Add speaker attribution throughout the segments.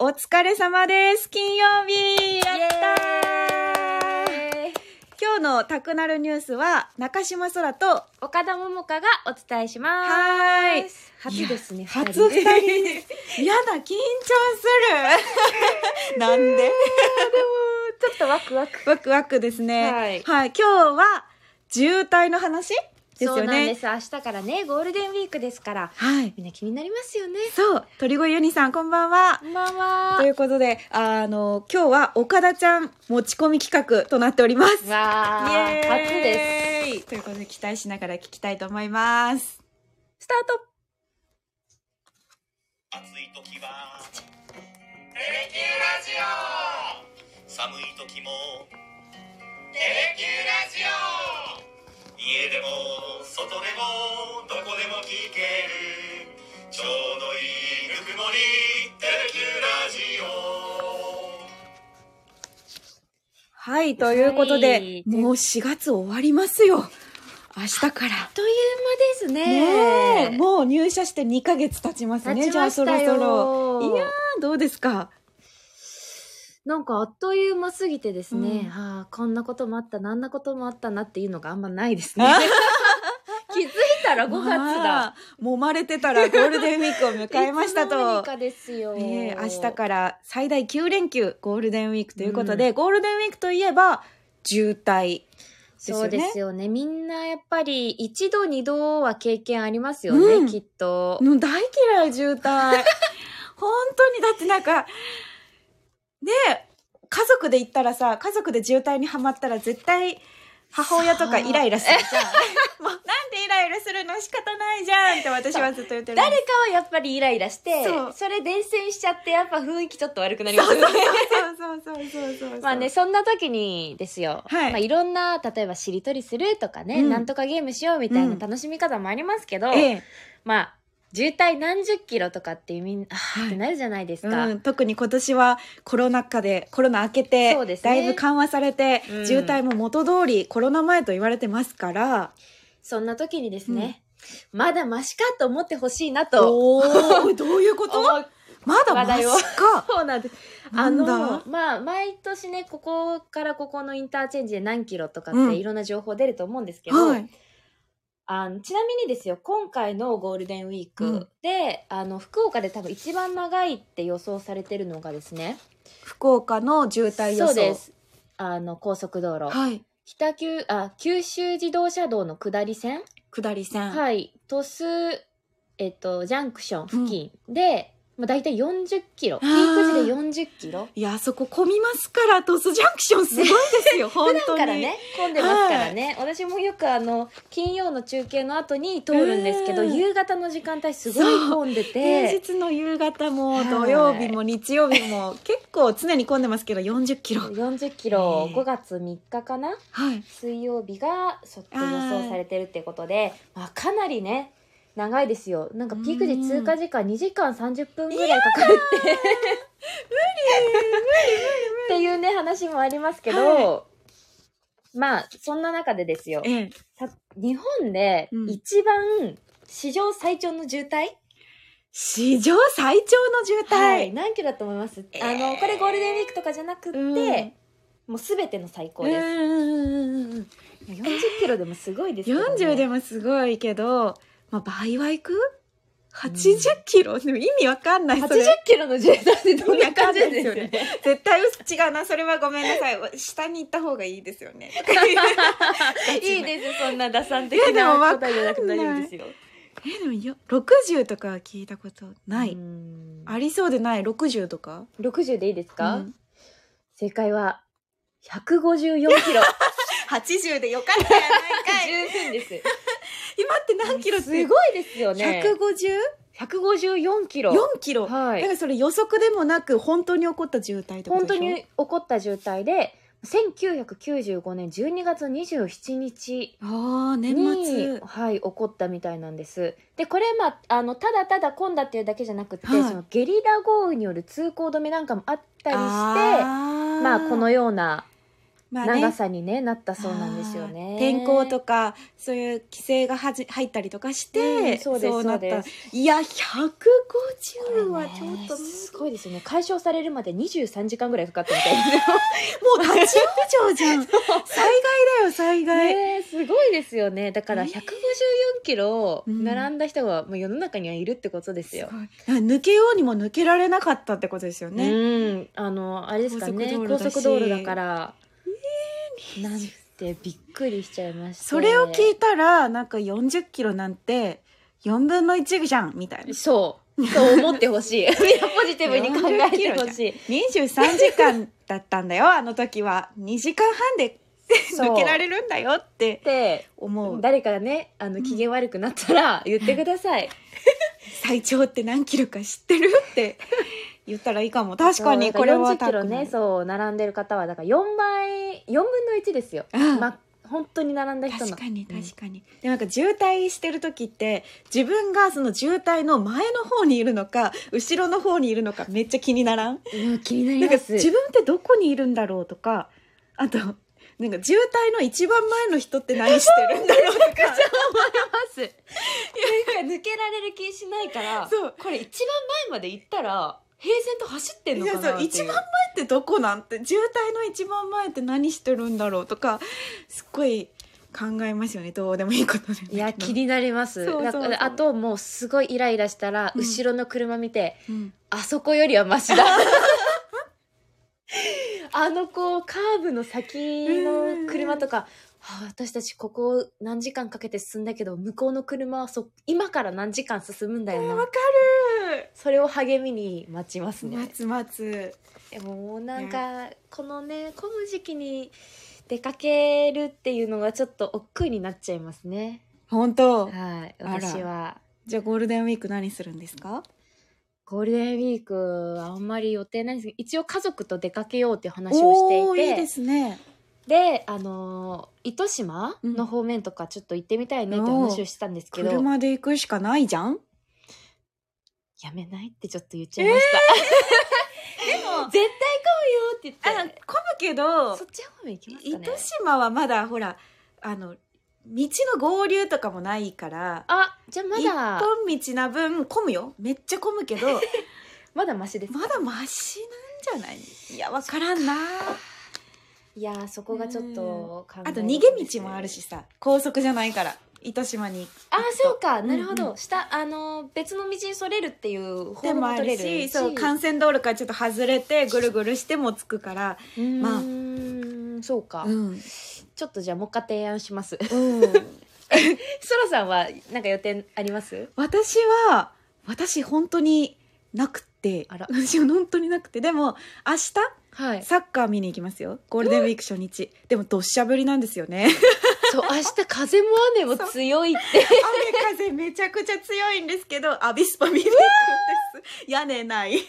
Speaker 1: お疲れ様です。金曜日やったー
Speaker 2: イエーイ
Speaker 1: 今日のタクナルニュースは、中島空と、は
Speaker 2: 岡田桃佳がお伝えします。
Speaker 1: ーい。
Speaker 2: 初ですね。
Speaker 1: 初
Speaker 2: 二
Speaker 1: 二人。やだ、緊張す る。なんで
Speaker 2: ちょっとワクワク。
Speaker 1: ワクワクですね。
Speaker 2: は
Speaker 1: 今
Speaker 2: い
Speaker 1: 日は、渋滞の話です
Speaker 2: そう
Speaker 1: よ
Speaker 2: なんで
Speaker 1: ね。
Speaker 2: す。明日からね、ゴールデンウィークですから、
Speaker 1: はい。
Speaker 2: みんな気になりますよね。
Speaker 1: そう、鳥越ユニさん、こんばんは
Speaker 2: こ。んばん
Speaker 1: と
Speaker 2: は
Speaker 1: いう。ことで、あの、今日は岡田ちゃん持ち込み企画となっております。
Speaker 2: わ
Speaker 1: イ
Speaker 2: ー
Speaker 1: エー
Speaker 2: 初です。
Speaker 1: イということで期待しながら聞きたいと思います。
Speaker 2: スタート
Speaker 3: 暑い時は「テレキューラジオ」寒い時も「テレキューラジオ」家でも外でもどこでも聞けるちょうどいいぬくもり「テレキューラジオ」
Speaker 1: はい、ということで、
Speaker 2: はい
Speaker 1: もう4月終わりますよ。明日から。
Speaker 2: という間です
Speaker 1: ねえ、
Speaker 2: ね。
Speaker 1: もう入社して2ヶ月経ちますね。
Speaker 2: 経
Speaker 1: じ
Speaker 2: ち
Speaker 1: ゃあ
Speaker 2: まし
Speaker 1: そ
Speaker 2: た
Speaker 1: ろ
Speaker 2: よ
Speaker 1: そろ。いやー、どうですか
Speaker 2: なんかあっという間すぎてですね、
Speaker 1: うん
Speaker 2: ああ、こんなこともあった、なんなこともあったなっていうのがあんまないですね。気づいたら5月だ。
Speaker 1: まあ揉まれてたらゴールデンウィークを迎えました
Speaker 2: いつの間に
Speaker 1: と。
Speaker 2: かですよ。
Speaker 1: ねえ、明日から最大9連休ゴールデンウィークということで、ゴールデンウィークといえば渋滞ですよね。
Speaker 2: そうですよね。みんなやっぱり一度二度は経験ありますよね、
Speaker 1: うん
Speaker 2: きっと。
Speaker 1: もう大嫌い、渋滞。 本当に、だってなんか、ねえ、家族で行ったらさ、家族で渋滞にはまったら絶対、母親とかイライラする じゃん。もうなんでイライラするの仕方ないじゃんって私はずっと言ってる。
Speaker 2: 誰かはやっぱりイライラして
Speaker 1: そう
Speaker 2: それ伝染しちゃってやっぱ雰囲気ちょっと悪くなりますよね。
Speaker 1: そうそうそうそうそうそう。
Speaker 2: まあね、そんな時にですよ、
Speaker 1: はい
Speaker 2: まあ、いろんな例えばしりとりするとかね、
Speaker 1: うん
Speaker 2: なんとかゲームしようみたい
Speaker 1: うん
Speaker 2: な楽しみ方もありますけど、
Speaker 1: ええ、
Speaker 2: まあ渋滞何十キロとかってみんな、あ
Speaker 1: い
Speaker 2: ーってなるじゃないですか。
Speaker 1: うん、特に今年はコロナ禍でコロナ明けて、
Speaker 2: そうです
Speaker 1: だ
Speaker 2: ね
Speaker 1: いぶ緩和されて、
Speaker 2: うん
Speaker 1: 渋滞も元通りコロナ前と言われてますから
Speaker 2: そんな時にですね、まだマシかと思ってほしいなと
Speaker 1: おーどういうこ
Speaker 2: 思
Speaker 1: と
Speaker 2: う
Speaker 1: まだマ
Speaker 2: 話
Speaker 1: シ
Speaker 2: 題を
Speaker 1: か
Speaker 2: そうなんです。
Speaker 1: な
Speaker 2: あ
Speaker 1: んだ
Speaker 2: の、まあ、毎年ね、ここからここのインターチェンジで何キロとか
Speaker 1: う
Speaker 2: っ
Speaker 1: ん
Speaker 2: ていろんな情報出ると思うんですけど、
Speaker 1: はい、
Speaker 2: あのちなみにですよ、今回のゴールデンウィー
Speaker 1: うん
Speaker 2: クで、あの、福岡で多分一番長いって予想されてるのがですね、
Speaker 1: 福岡の渋滞予想
Speaker 2: そうです。あの、高速道路。
Speaker 1: はい
Speaker 2: 北九、あ、九州自動車道の下り線、
Speaker 1: 下り線い、
Speaker 2: はい、鳥栖、えっと、ジャンクション付近で、まあ、大体40キロ。
Speaker 1: あ
Speaker 2: ピ
Speaker 1: ー
Speaker 2: ーク時で40キロ。
Speaker 1: やあそこ混みますから鳥栖ジャンクションすごいですよ、本当に
Speaker 2: 普段からね混んでますからね、私もよくあの金曜の中継の後に通るんですけど、
Speaker 1: うん
Speaker 2: 夕方の時間帯すごい混んで
Speaker 1: 平
Speaker 2: て
Speaker 1: 日の夕方も土曜日も日曜日も結構常に混んでますけど40キロ
Speaker 2: 40キロ
Speaker 1: ね
Speaker 2: 5月3日かな
Speaker 1: はい
Speaker 2: 水曜日がそって予想されてるってことで、まあ、かなりね長いですよなんかピーク時通過時間2時間30分ぐらいかかるってっていうね話もありますけど、
Speaker 1: は
Speaker 2: まあそんな中でですよ
Speaker 1: ええ
Speaker 2: さ日本で
Speaker 1: うん
Speaker 2: 一番史上最長の渋滞、
Speaker 1: 史上最長の渋滞、
Speaker 2: はい、何キロだと思います、
Speaker 1: えー
Speaker 2: あのこれゴールデンウィークとかじゃなくって、
Speaker 1: うん
Speaker 2: もう全ての最高
Speaker 1: うん
Speaker 2: で
Speaker 1: う
Speaker 2: す、
Speaker 1: んうんうん
Speaker 2: もう40キロでもすごいですけどね、
Speaker 1: 40でもすごいけど、まあ、倍は行く ?80 キロ、 でも意味わかんないそ
Speaker 2: 80
Speaker 1: れ
Speaker 2: キロの渋滞ってどんな感じです
Speaker 1: 意味わ
Speaker 2: よ
Speaker 1: かんない
Speaker 2: ね
Speaker 1: で絶対違うなそれはごめんなさい下に行った方がいいですよね
Speaker 2: いいですそんな打算的
Speaker 1: いやでも
Speaker 2: な
Speaker 1: わか
Speaker 2: 答
Speaker 1: んない
Speaker 2: えじゃなくて大丈夫ですよ
Speaker 1: えでもよ60とかは聞いたことない、
Speaker 2: うん
Speaker 1: ありそうでない60とか
Speaker 2: 60でいいですか、
Speaker 1: うん
Speaker 2: 正解は154キロ
Speaker 1: 80でよかったやないい
Speaker 2: 十分です
Speaker 1: 今って何キロって
Speaker 2: すごいですよね
Speaker 1: 154
Speaker 2: 154キロ
Speaker 1: キロ、
Speaker 2: はい
Speaker 1: だからそれ予測でもなく本当に起こった渋滞ってこと
Speaker 2: 本
Speaker 1: でしょ
Speaker 2: 当に起こった渋滞で1995年12月27日
Speaker 1: ああ
Speaker 2: に
Speaker 1: 年末
Speaker 2: はい、起こったみたいなんですでこれ、まあ、あのただただ混んだっていうだけじゃなくて、
Speaker 1: はい
Speaker 2: そのゲリラ豪雨による通行止めなんかもあったりして
Speaker 1: あー
Speaker 2: まあこのような
Speaker 1: まあね
Speaker 2: 長さに、ねなったそうなんですよ
Speaker 1: あ
Speaker 2: ね
Speaker 1: ー天候
Speaker 2: か
Speaker 1: とかそういう規制がはじ入ったりとかして、
Speaker 2: うんそうです
Speaker 1: なっ
Speaker 2: そう
Speaker 1: た
Speaker 2: で
Speaker 1: いや
Speaker 2: これ
Speaker 1: 150
Speaker 2: ね
Speaker 1: はちょっと、
Speaker 2: すごいですよね解消されるまで23時間ぐらいかかったみたいです
Speaker 1: もう立ち往生じ ゃん災害だよ災害、
Speaker 2: ねえすごいですよねだから
Speaker 1: ねえ
Speaker 2: 154キロ
Speaker 1: うん
Speaker 2: 並んだ人がもう世の中にはいるってことですよ
Speaker 1: す。ごいあ抜けようにも抜けられなかったってことですよね、
Speaker 2: うんあのあれですかね高
Speaker 1: 高
Speaker 2: 速
Speaker 1: 速
Speaker 2: 道
Speaker 1: 道
Speaker 2: 路
Speaker 1: 路だし
Speaker 2: だから、なんてびっくりしちゃいました
Speaker 1: それを聞いたらなんか40キロなんて4分の1じゃんみ たいな
Speaker 2: そうそう思って ほしいみんなポジティブに考えてほしい
Speaker 1: 23時間だったんだよあの時は2時間半で
Speaker 2: そう
Speaker 1: 抜けられるんだよって
Speaker 2: で
Speaker 1: 思う
Speaker 2: 誰かねあの機嫌悪くなったら言ってください、
Speaker 1: 最長って何キロか知ってるって言ったらいいかも 確かに
Speaker 2: そう
Speaker 1: これは
Speaker 2: 40キロね
Speaker 1: う
Speaker 2: そう並んでる方はだから4倍4分の1ですよ、
Speaker 1: うん
Speaker 2: まあ本当に並んだ人の
Speaker 1: 確かに確かに、でなんか渋滞してる時って自分がその渋滞の前の方にいるのか後ろの方にいるのかめっちゃ気にならん
Speaker 2: うん気にな
Speaker 1: な
Speaker 2: り
Speaker 1: んか
Speaker 2: ます
Speaker 1: 自分ってどこにいるんだろうとかあとなんか渋滞の一番前の人って何してるんだろうとか
Speaker 2: ますなんか抜けられる気しないから
Speaker 1: そう
Speaker 2: これ一番前まで行ったら平然と走ってんのかなってい
Speaker 1: い
Speaker 2: う
Speaker 1: やそう一番前ってどこなんて 渋滞の一番前って何してるんだろうとかすっごい考えますよねどうでもいいことで
Speaker 2: いや気になります
Speaker 1: そうそうそう
Speaker 2: だからあともうすごいイライラしたら、
Speaker 1: うん
Speaker 2: 後ろの車見て
Speaker 1: うん
Speaker 2: あそこよりは マシだあのこうカーブの先の車とか、はあ私たちここを何時間かけて進んだけど向こうの車はそ今から何時間進むんだよ
Speaker 1: わ
Speaker 2: な
Speaker 1: かる
Speaker 2: それを励みに待ちますね
Speaker 1: 待つ待つ
Speaker 2: でももうなんかこのね混む時期に出かけるっていうのがちょっと億劫になっちゃいますね
Speaker 1: 本当
Speaker 2: はい
Speaker 1: あら
Speaker 2: 私は
Speaker 1: じゃあゴールデンウィーク何するんですか
Speaker 2: ゴールデンウィークはあんまり予定ないんですけど一応家族と出かけようっていう話をしてい
Speaker 1: ー
Speaker 2: て
Speaker 1: いいですね
Speaker 2: であのー糸島の方面とかちょっと行ってみたいねって話をしてたんですけど、
Speaker 1: 車で行くしかないじゃん
Speaker 2: やめないってちょっと言っちゃいました、
Speaker 1: でも
Speaker 2: 絶対混むよって
Speaker 1: あ
Speaker 2: 言
Speaker 1: 混
Speaker 2: っ
Speaker 1: む
Speaker 2: て
Speaker 1: けど
Speaker 2: そっち方面行きますか
Speaker 1: 糸
Speaker 2: ね
Speaker 1: 島はまだほらあの道の合流とかもないから
Speaker 2: あじゃあま
Speaker 1: 一
Speaker 2: だ
Speaker 1: 本道な分混むよめっちゃ混むけ ど
Speaker 2: まだマシです
Speaker 1: まだマシなんじゃないいやわからんない
Speaker 2: やーそこがちょっと考え
Speaker 1: あと
Speaker 2: どころ
Speaker 1: 逃げ道もあるしさ高速じゃないから糸島に
Speaker 2: あそうかなるほ
Speaker 1: うん
Speaker 2: ど、下あの別の道にそれるっていう
Speaker 1: で
Speaker 2: 方
Speaker 1: も
Speaker 2: も
Speaker 1: あ
Speaker 2: 取
Speaker 1: る
Speaker 2: れ
Speaker 1: し
Speaker 2: るし
Speaker 1: そう幹線道路からちょっと外れてぐるぐるしても着くからま
Speaker 2: ま
Speaker 1: あ
Speaker 2: あそうか、
Speaker 1: ん、
Speaker 2: ちょっとじゃあもう一回提案します
Speaker 1: うん、
Speaker 2: そらさんはなんか予定あります
Speaker 1: 私は私本当になくて
Speaker 2: あら
Speaker 1: 私は本当になくてでも明日
Speaker 2: はい
Speaker 1: サッカー見に行きますよゴールデンウィーク初日でもどっしゃ降りなんですよ ね
Speaker 2: そう明日風も雨も強いって
Speaker 1: 雨風めちゃくちゃ強いんですけどアビスパ見に行くんです屋根ない
Speaker 2: え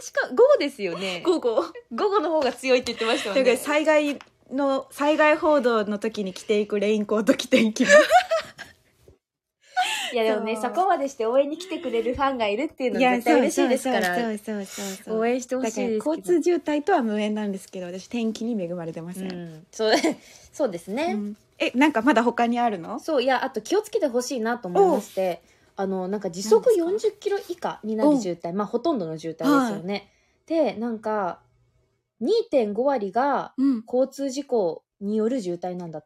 Speaker 2: しかも午後ですよね
Speaker 1: 午後
Speaker 2: 午後の方が強いって言ってました
Speaker 1: というか災害の災害報道の時に着ていくレインコート着ていきます
Speaker 2: いやでもね
Speaker 1: そ
Speaker 2: そうこまでして応援に来てくれるファンがいるって いうのは絶対嬉しいですから
Speaker 1: うそうそうそ
Speaker 2: 応援してほしい
Speaker 1: だ
Speaker 2: です
Speaker 1: から
Speaker 2: けど
Speaker 1: 交通渋滞とは無縁なんですけど私天気に恵まれてませ、
Speaker 2: うんんそう そうです
Speaker 1: う
Speaker 2: ね、
Speaker 1: んえなんかまだ他にあるの
Speaker 2: そういやあと気をつけてほしいなと思いましてあのなんか時速
Speaker 1: 何です
Speaker 2: 40キロ以下になる渋滞まあほとんどの渋滞ですよね、でなんか2.5割が
Speaker 1: うん
Speaker 2: 交通事故による渋滞なんだっ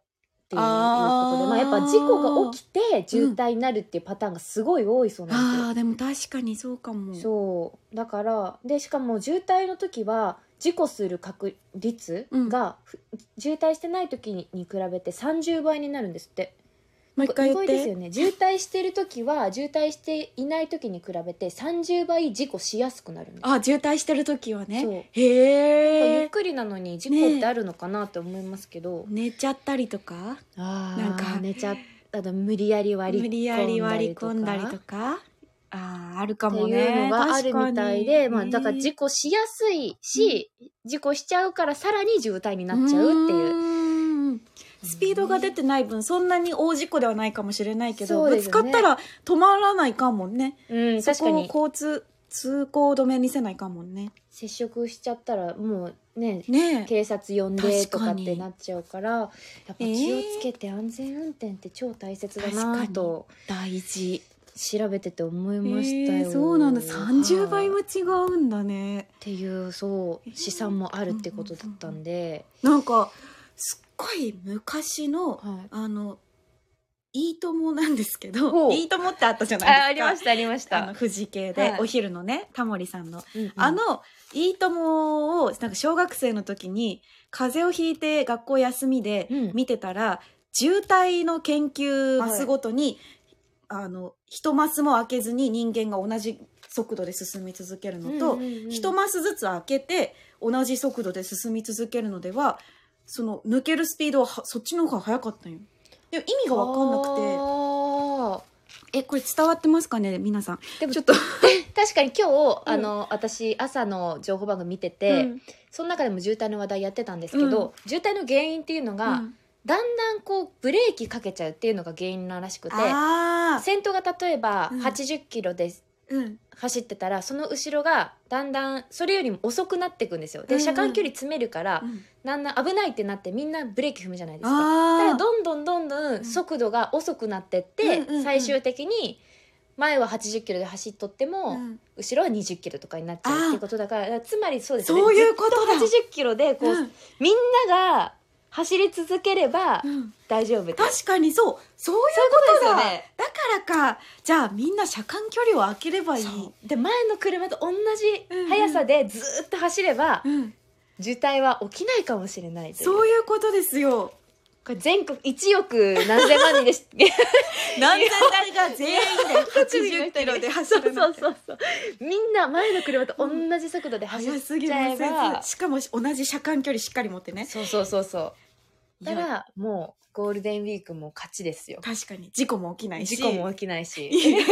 Speaker 2: ていういうことで
Speaker 1: あー
Speaker 2: まあ、やっぱ事故が起きて渋滞になるっていうパターンがすごい多いそうなんですよ
Speaker 1: あーでも確かにそうかも
Speaker 2: そうだからでしかも渋滞の時は事故する確率が、ふ渋滞してない時にに比べて30倍になるんですって
Speaker 1: もう一回
Speaker 2: 意
Speaker 1: 言っ
Speaker 2: 外ですよ
Speaker 1: て
Speaker 2: ね渋滞してる時は渋滞していない時に比べて30倍事故しやすくなるんです
Speaker 1: あ渋滞してる時は
Speaker 2: そう
Speaker 1: ね
Speaker 2: ゆ
Speaker 1: へ
Speaker 2: っ
Speaker 1: え
Speaker 2: くりなのに事故ってあるのかなって思いますけど、
Speaker 1: 寝ちゃったりとか
Speaker 2: あ
Speaker 1: ー
Speaker 2: なんか寝ちゃったの無理やり割
Speaker 1: 無理
Speaker 2: り
Speaker 1: やり割り込
Speaker 2: 込
Speaker 1: ん
Speaker 2: ん
Speaker 1: だ
Speaker 2: だ
Speaker 1: り
Speaker 2: り
Speaker 1: と
Speaker 2: とか
Speaker 1: かあーあるか
Speaker 2: って
Speaker 1: もね
Speaker 2: いうのがあるみたいで、
Speaker 1: 確
Speaker 2: ま
Speaker 1: か
Speaker 2: あ、
Speaker 1: に
Speaker 2: だから事故しやすいし、事故しちゃうからさらに渋滞になっちゃうっていう。
Speaker 1: ーんスピードが出てない分そんなに大事故ではないかもしれないけど、
Speaker 2: そうで
Speaker 1: ぶ
Speaker 2: す
Speaker 1: つ
Speaker 2: ね
Speaker 1: かったら止まらないかもね
Speaker 2: うん、
Speaker 1: そ
Speaker 2: 確か
Speaker 1: こを
Speaker 2: に。
Speaker 1: 交通通行止めにせないかんもんね。
Speaker 2: 接触しちゃったらもうね
Speaker 1: ねえ。
Speaker 2: 警察呼んでと
Speaker 1: 確
Speaker 2: か
Speaker 1: か
Speaker 2: っ
Speaker 1: に
Speaker 2: てなっちゃうからやっぱ
Speaker 1: えー
Speaker 2: 気をつけて安全運転って超大切だなぁと
Speaker 1: 大事。
Speaker 2: 調べてて思い
Speaker 1: え
Speaker 2: ましたよ、
Speaker 1: ー、そうなんだ。30倍も
Speaker 2: っ
Speaker 1: 違うんだね。
Speaker 2: ていうそう
Speaker 1: えー
Speaker 2: 試算もあるってことだったんで、
Speaker 1: なんか、すっごい昔の、
Speaker 2: はい
Speaker 1: あの、いいともなんですけ
Speaker 2: ほ
Speaker 1: ど、
Speaker 2: う
Speaker 1: いいともってあったじゃないですか。
Speaker 2: あありましたありまし
Speaker 1: あ
Speaker 2: た
Speaker 1: の、富士系で、
Speaker 2: はい
Speaker 1: お昼のね、タモリさんの。
Speaker 2: うんうん
Speaker 1: あの、いいともを、なんか小学生の時に、風邪をひいて学校休みで
Speaker 2: うん
Speaker 1: 見てたら、渋滞の研究マスごとに、あの、一マスも開けずに人間が同じ速度で進み続けるのと、
Speaker 2: うんうんうん
Speaker 1: 一マスずつ開けて同じ速度で進み続けるのでは、その抜けるスピードははそっちの方が速かったんよ。でも意味がわかんなく
Speaker 2: あー
Speaker 1: て、え、これ伝わってますかね皆さん。
Speaker 2: でも
Speaker 1: ちょっと、
Speaker 2: 確かに今日、
Speaker 1: うん
Speaker 2: あの私朝の情報番組見てて、
Speaker 1: うん
Speaker 2: その中でも渋滞の話題やってたんですけど、渋滞の原因っていうのが、
Speaker 1: うん
Speaker 2: だんだんこうブレーキかけちゃうっていうのが原因ならしくて
Speaker 1: あ
Speaker 2: 先頭が例えば
Speaker 1: うん
Speaker 2: 80キロで
Speaker 1: ーうん。
Speaker 2: 走ってたら、その後ろがだんだんそれよりも遅くなっていくんですよ
Speaker 1: う
Speaker 2: で
Speaker 1: んうん
Speaker 2: 車間距離詰めるから、
Speaker 1: うん
Speaker 2: だんだん危ないってなってみんなブレーキ踏むじゃないですかだから
Speaker 1: あ
Speaker 2: どんどんどんど
Speaker 1: うんん
Speaker 2: 速度が遅くなってって、
Speaker 1: うんうんうん
Speaker 2: 最終的に前は80キロで走っとっても、
Speaker 1: うん
Speaker 2: 後ろは20キロとかになっちゃうっていうことだからだからつまりそうですよね
Speaker 1: そういうことだ。
Speaker 2: ずっと80キロでこう、
Speaker 1: うん
Speaker 2: みんなが走り続ければ
Speaker 1: うん
Speaker 2: 大丈夫って
Speaker 1: 確かにそうそういうことだだからかじゃあみんな車間距離を空ければいい
Speaker 2: そうで前の車と同じ速さでずーっと走れば、
Speaker 1: うん、
Speaker 2: 渋滞は起きないかもしれないという
Speaker 1: そういうことですよ
Speaker 2: これ全国1億何千万人でし
Speaker 1: 何千台が全員で80キロで走る
Speaker 2: そ
Speaker 1: の
Speaker 2: うそうそうみんな前の車と同じ速度で走っ
Speaker 1: 早すぎ
Speaker 2: ち
Speaker 1: る
Speaker 2: ゃえば、
Speaker 1: しかも同じ車間距離しっかり持ってね
Speaker 2: そうそうそうそうだか
Speaker 1: いや
Speaker 2: らもうゴールデンウィークも勝ちですよ
Speaker 1: 確かに事故も起きないし
Speaker 2: 事故も起きないし
Speaker 1: いい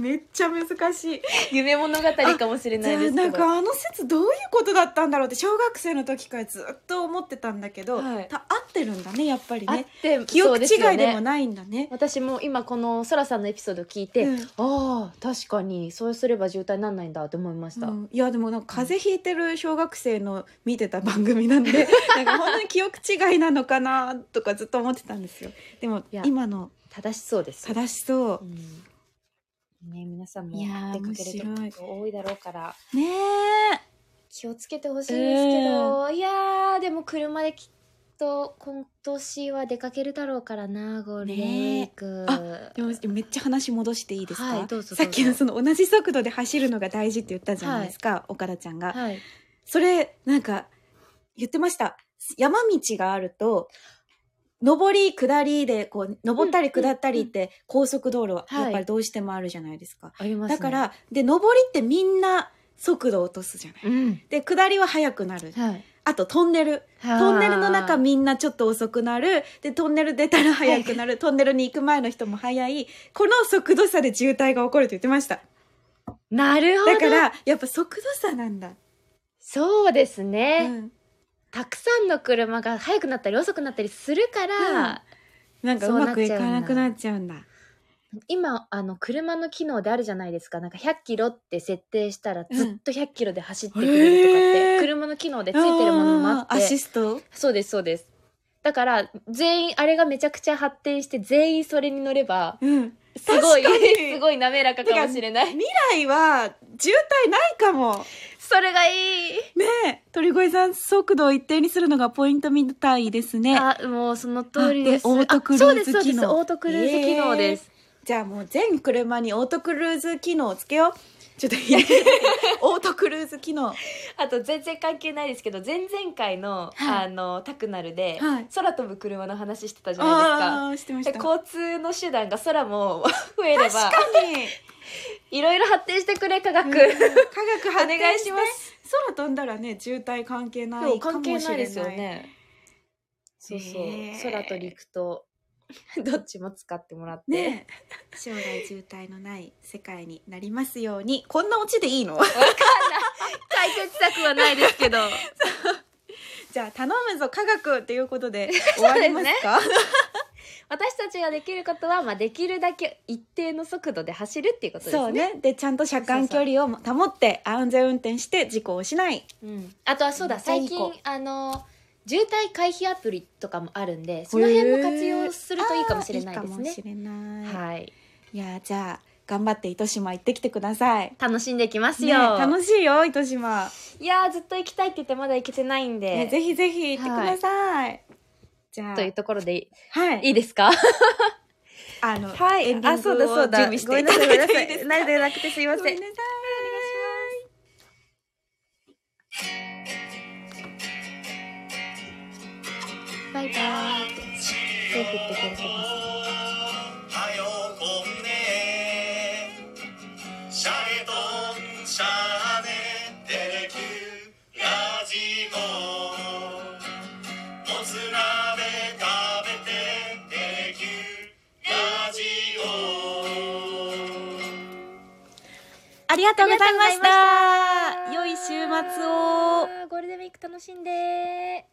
Speaker 1: めっちゃ難しい
Speaker 2: 夢物語かもしれな
Speaker 1: じゃ
Speaker 2: い
Speaker 1: あ
Speaker 2: です
Speaker 1: な
Speaker 2: け
Speaker 1: ん
Speaker 2: ど
Speaker 1: かあの説どういうことだったんだろうって小学生の時からずっと思ってたんだけど、
Speaker 2: はい
Speaker 1: た合ってるんだねやっぱり
Speaker 2: あ
Speaker 1: ね
Speaker 2: って
Speaker 1: 記憶
Speaker 2: そう
Speaker 1: 違
Speaker 2: すよ
Speaker 1: い
Speaker 2: ね
Speaker 1: でもないんだね
Speaker 2: 私も今このそらさんのエピソードを聞いて、
Speaker 1: うん
Speaker 2: ああ確かにそうすれば渋滞になんないんだって思いました、
Speaker 1: うんいやでもなんか風邪ひいてる小学生の見てた番組なん でなんか本当に記憶違いなのかなとかずっと思ってたんですよでも
Speaker 2: いや
Speaker 1: 今の
Speaker 2: 正しそうです、、
Speaker 1: 正しそう
Speaker 2: んね、皆さんも
Speaker 1: いやー
Speaker 2: 出かける
Speaker 1: 面白い
Speaker 2: 時多いだろうから
Speaker 1: うね
Speaker 2: 気をつけてほしいんですけど、いやーでも車できっと今年は出かけるだろうからなゴールデンウィーク、
Speaker 1: えでもめっちゃ話戻していいですか、
Speaker 2: はいどうぞどうぞ
Speaker 1: さっきのその同じ速度で走るのが大事って言ったじゃないですか、岡田ちゃんが、
Speaker 2: はい
Speaker 1: それなんか言ってました山道があると上り下りでこう上ったり下ったりって高速道路はやっぱりどうしてもあるじゃないですか、
Speaker 2: ありますね
Speaker 1: だから、で、上りってみんな速度落とすじゃない。
Speaker 2: うん
Speaker 1: で、下りは速くなる。
Speaker 2: はい
Speaker 1: あと、トンネル。トンネルの中みんなちょっと遅くなる。で、トンネル出たら速くなる。トンネルに行く前の人も速い。この速度差で渋滞が起こると言ってました。
Speaker 2: なるほど
Speaker 1: だから、やっぱ速度差なんだ。
Speaker 2: そうです
Speaker 1: う
Speaker 2: ね、
Speaker 1: ん。
Speaker 2: たくさんの車が速くなったり遅くなったりするから、
Speaker 1: なんかうまくいかなくなっちゃうんだ。
Speaker 2: 今あの車の機能であるじゃないですかなんか100キロって設定したら
Speaker 1: うん
Speaker 2: ずっと100キロで走ってくれるとかって、
Speaker 1: へー
Speaker 2: 車の機能でついてるものもあっ
Speaker 1: ーア
Speaker 2: て
Speaker 1: シスト
Speaker 2: そうですそうですだから全員あれがめちゃくちゃ発展して全員それに乗れば
Speaker 1: うん。
Speaker 2: すごい
Speaker 1: 確かに
Speaker 2: すごい滑らかかもしれない
Speaker 1: 未来は渋滞ないかも。
Speaker 2: それがいい、
Speaker 1: ねえ、鳥越さん、速度を一定にするのがポイントみたいですね。
Speaker 2: あもうその通りです
Speaker 1: あでオートクルーズ
Speaker 2: あそうですそうで
Speaker 1: 機
Speaker 2: す
Speaker 1: 能
Speaker 2: オートクルーズ機能です、
Speaker 1: じゃあもう全車にオートクルーズ機能をつけよう。ちょっと オートクルーズ機能。
Speaker 2: あと全然関係ないですけど前々回の、
Speaker 1: はい
Speaker 2: あのタクナルで、
Speaker 1: はい
Speaker 2: 空飛ぶ車の話してたじゃない
Speaker 1: あー、してま
Speaker 2: です
Speaker 1: した。
Speaker 2: か。交通の手段が空も 増えれ
Speaker 1: 確
Speaker 2: ば
Speaker 1: か に。
Speaker 2: いろいろ発展してくれ科学、
Speaker 1: うん科学発展
Speaker 2: お願いします
Speaker 1: して。空飛んだらね、渋滞関係な
Speaker 2: そう
Speaker 1: いか
Speaker 2: 関
Speaker 1: もしれない。
Speaker 2: 係ないですよ。ねそうそう、
Speaker 1: へー
Speaker 2: 空と陸と どっちも使ってもらって、
Speaker 1: ねえ将来渋滞のない世界になりますように。こんなオチでいい の
Speaker 2: 解決策はないですけ ど
Speaker 1: じゃあ頼むぞ科学っていうことで終わりますか
Speaker 2: 私たちができることは、まあ、できるだけ一定の速度で走るっていうことですね。
Speaker 1: そうね。で、ちゃんと車間距離を保って安全運転して事故をしない。
Speaker 2: うん、あとはそうだ
Speaker 1: めっちゃい
Speaker 2: 最
Speaker 1: い子
Speaker 2: 近あの渋滞回避アプリとかもあるんでその辺も活用するといいかもしれないです
Speaker 1: あーいいか
Speaker 2: ね
Speaker 1: もしれない。
Speaker 2: はい
Speaker 1: いやーじゃあ頑張って糸島行ってきてください。
Speaker 2: 楽しんでいきます
Speaker 1: ね、
Speaker 2: よ、
Speaker 1: 楽しいよ糸島、
Speaker 2: いやーずっと行きたいって言ってまだ行けてないんで、
Speaker 1: ね、ぜひぜひ行ってください。じゃあ
Speaker 2: というところでい
Speaker 1: はい
Speaker 2: いいですか
Speaker 1: あの、
Speaker 2: は
Speaker 1: エンディングを準備していただいていい ですか。
Speaker 2: 慣れてなくてすいま
Speaker 1: ごめんなさい。
Speaker 2: バイバーイ手振ってくれてます
Speaker 3: はよこんねシャレとんシャーネテレキューラジオもつ鍋食べてテレキューラジオ
Speaker 1: ありがとうございました。
Speaker 2: ありがとうござい
Speaker 1: 良
Speaker 2: ま
Speaker 1: い週
Speaker 2: した
Speaker 1: 末を。
Speaker 2: ゴールデンウィーク楽しんで